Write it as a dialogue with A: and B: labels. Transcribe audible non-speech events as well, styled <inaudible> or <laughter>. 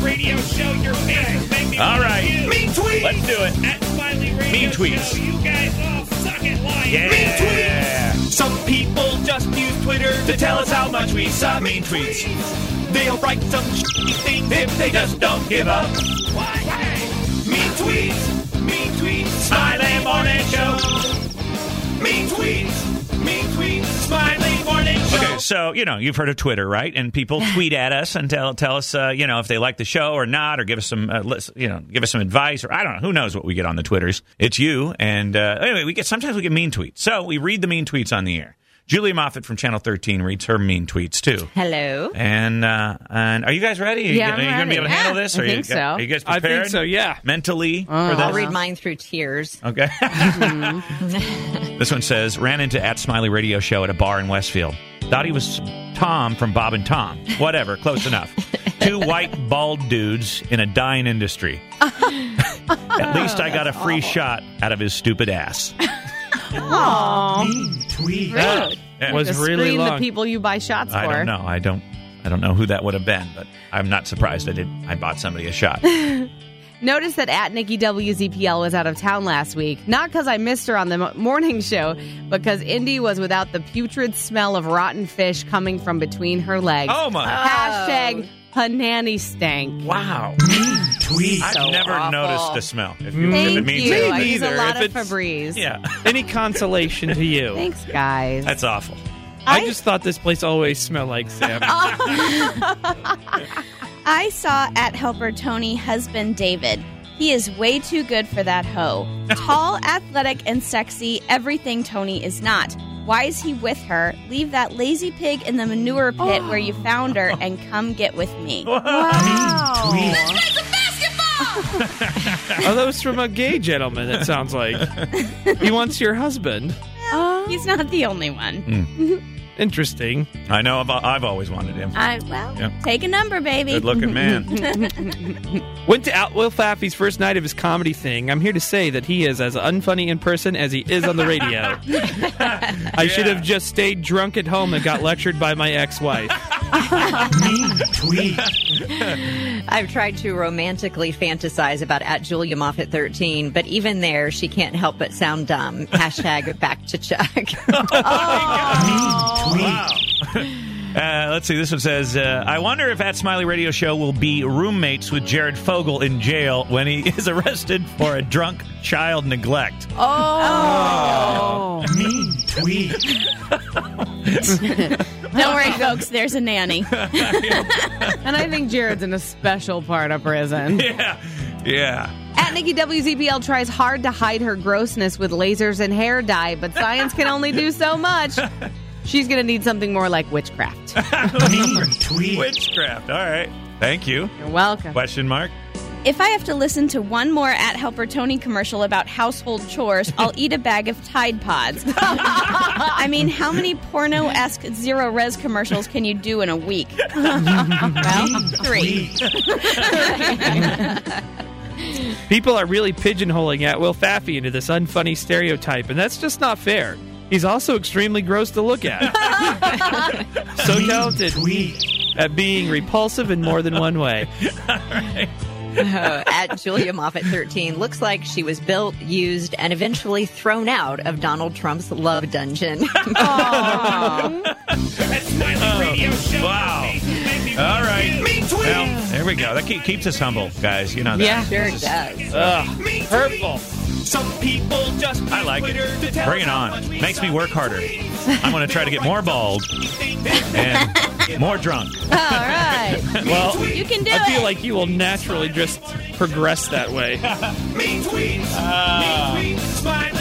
A: radio show. Your fans make me
B: All
A: wanna
B: right.
A: puke.
C: Mean tweets.
B: Let's do it.
A: At Smiley Radio
B: Mean
A: Show,
B: tweets.
A: You guys all suck at life.
B: Yeah.
A: Mean tweets.
C: Some people just use Twitter to tell us how much we suck.
B: Mean tweets.
C: They'll write some shitty things if they just don't give up. Mean tweets, mean tweets, Smiley Morning Show. Mean tweets, mean tweets, Smiley Morning Show.
B: Okay, so you know you've heard of Twitter, right? And
C: <laughs>
B: people tweet at us and tell tell us, uh, you know, if they like the show or not, or give us some, uh, lis- you know, give us some advice, or I don't know, who knows what we get on the Twitters. It's you, and uh, anyway, we get sometimes we get mean tweets, so we read the mean tweets on the air. Julia Moffat from Channel 13 reads her mean tweets too.
D: Hello.
B: And uh, and are you guys ready? Are you,
D: Yeah,
B: gonna-
D: I'm
B: are you gonna be
D: ready.
B: able to handle
D: Yeah,
B: this?
D: I
B: Are you,
D: think so.
B: Are you guys
E: I
B: prepared?
E: think so, yeah.
B: Mentally
C: Uh,
B: for
D: I'll
B: this?
D: read mine through tears.
B: Okay. Mm-hmm. <laughs> this one says ran into at Smiley Radio Show at a bar in Westfield. Thought he was Tom from Bob and Tom. Whatever, close enough. Two white bald dudes in a dying industry. <laughs> at least I got a free shot out of his stupid <laughs> ass.
F: Rude.
B: Yeah.
E: Was
F: Just
E: really
F: screen the
E: long.
F: people you buy shots
B: I
F: for.
B: don't know. I don't. I don't know who that would have been, but I'm not surprised I did. I bought somebody a shot.
F: Notice that at Nikki WZPL was out of town last week. Not because I missed her on the mo- morning show, because Indy was without the putrid smell of rotten fish coming from between her legs.
B: <laughs> Oh my!
F: Hashtag panani stank.
B: Wow. I've never
D: awful.
B: noticed the smell. If, you, if
F: Thank
B: it means
F: you.
B: anything.
F: I use
E: neither.
F: a lot
E: If
F: of
E: it's-
F: Febreze.
B: Yeah,
E: Any consolation to you?
F: Thanks, guys.
B: that's awful.
E: I just thought this place always smelled like Sam.
G: I saw at helper Tony husband David. He is way too good for that hoe. Tall, athletic, and sexy, everything Tony is not. Why is he with her? Leave that lazy pig in the manure pit where you found her and
B: <laughs>
G: come get with me.
E: Are those from a gay gentleman? It sounds like he wants your husband.
G: He's not the only one.
B: Hmm.
E: Interesting.
B: I know. I've, I've always wanted him.
G: I, well,
B: Yeah.
G: take a number, baby.
B: Good
G: <laughs>
B: looking man.
E: Went to Out Will Faffy's first night of his comedy thing. I'm here to say that he is as unfunny in person as he is on the radio. I should have just stayed drunk at home and got lectured by my ex-wife.
B: <laughs>
D: I've tried to romantically fantasize about at Julia Moffat 13, but even there, she can't help but sound
F: <laughs>
D: dumb. Hashtag back to Chuck.
G: Oh.
B: wow. <laughs> Uh, let's see. This one says, uh, "I wonder if at Smiley Radio Show will be roommates with Jared Fogle in jail when he <laughs> is arrested for a drunk child neglect."
F: oh.
G: Don't worry, folks, there's a nanny.
F: and I think Jared's in a special part of prison.
D: <laughs>
B: Yeah, yeah.
F: At Nikki WZBL tries hard to hide her grossness with lasers and hair dye, but science can only do so much. She's going to need something more like witchcraft.
B: Witchcraft. All right. Thank you.
F: You're welcome.
B: Question mark.
G: If I have to listen to one more at Helper Tony commercial about household chores, I'll eat a bag of Tide
F: <laughs>
G: Pods. I mean, how many porno esque zero res commercials can you do in a week? well, three.
E: People are really pigeonholing at Will Faffy into this unfunny stereotype, and that's just not fair. He's also extremely gross to look at. so talented at being repulsive in more than one way.
D: Oh, <laughs> at Julia Moffat 13 looks like she was built, used, and eventually thrown out of Donald Trump's love dungeon.
A: At Smiley Radio Show. your
B: Oh, wow.
A: fans make me wanna
B: All right.
A: puke.
B: Well, there we go. That keep, keeps us humble, guys. You know that.
F: Yeah.
D: <laughs> sure does.
E: Ugh, hurtful.
C: Some people just use
B: I like
C: Twitter to
B: it.
C: tell
B: Bring
C: us
B: it
C: how
B: on.
C: much we
B: Makes me
C: suck.
B: work
C: <laughs>
B: harder. I'm going to try to get more bald and more drunk.
F: All right.
E: Well,
G: You can do
E: I feel
G: it.
E: like you will naturally just progress that way.
B: Uh.
C: Mean tweets, mean tweets, Smiley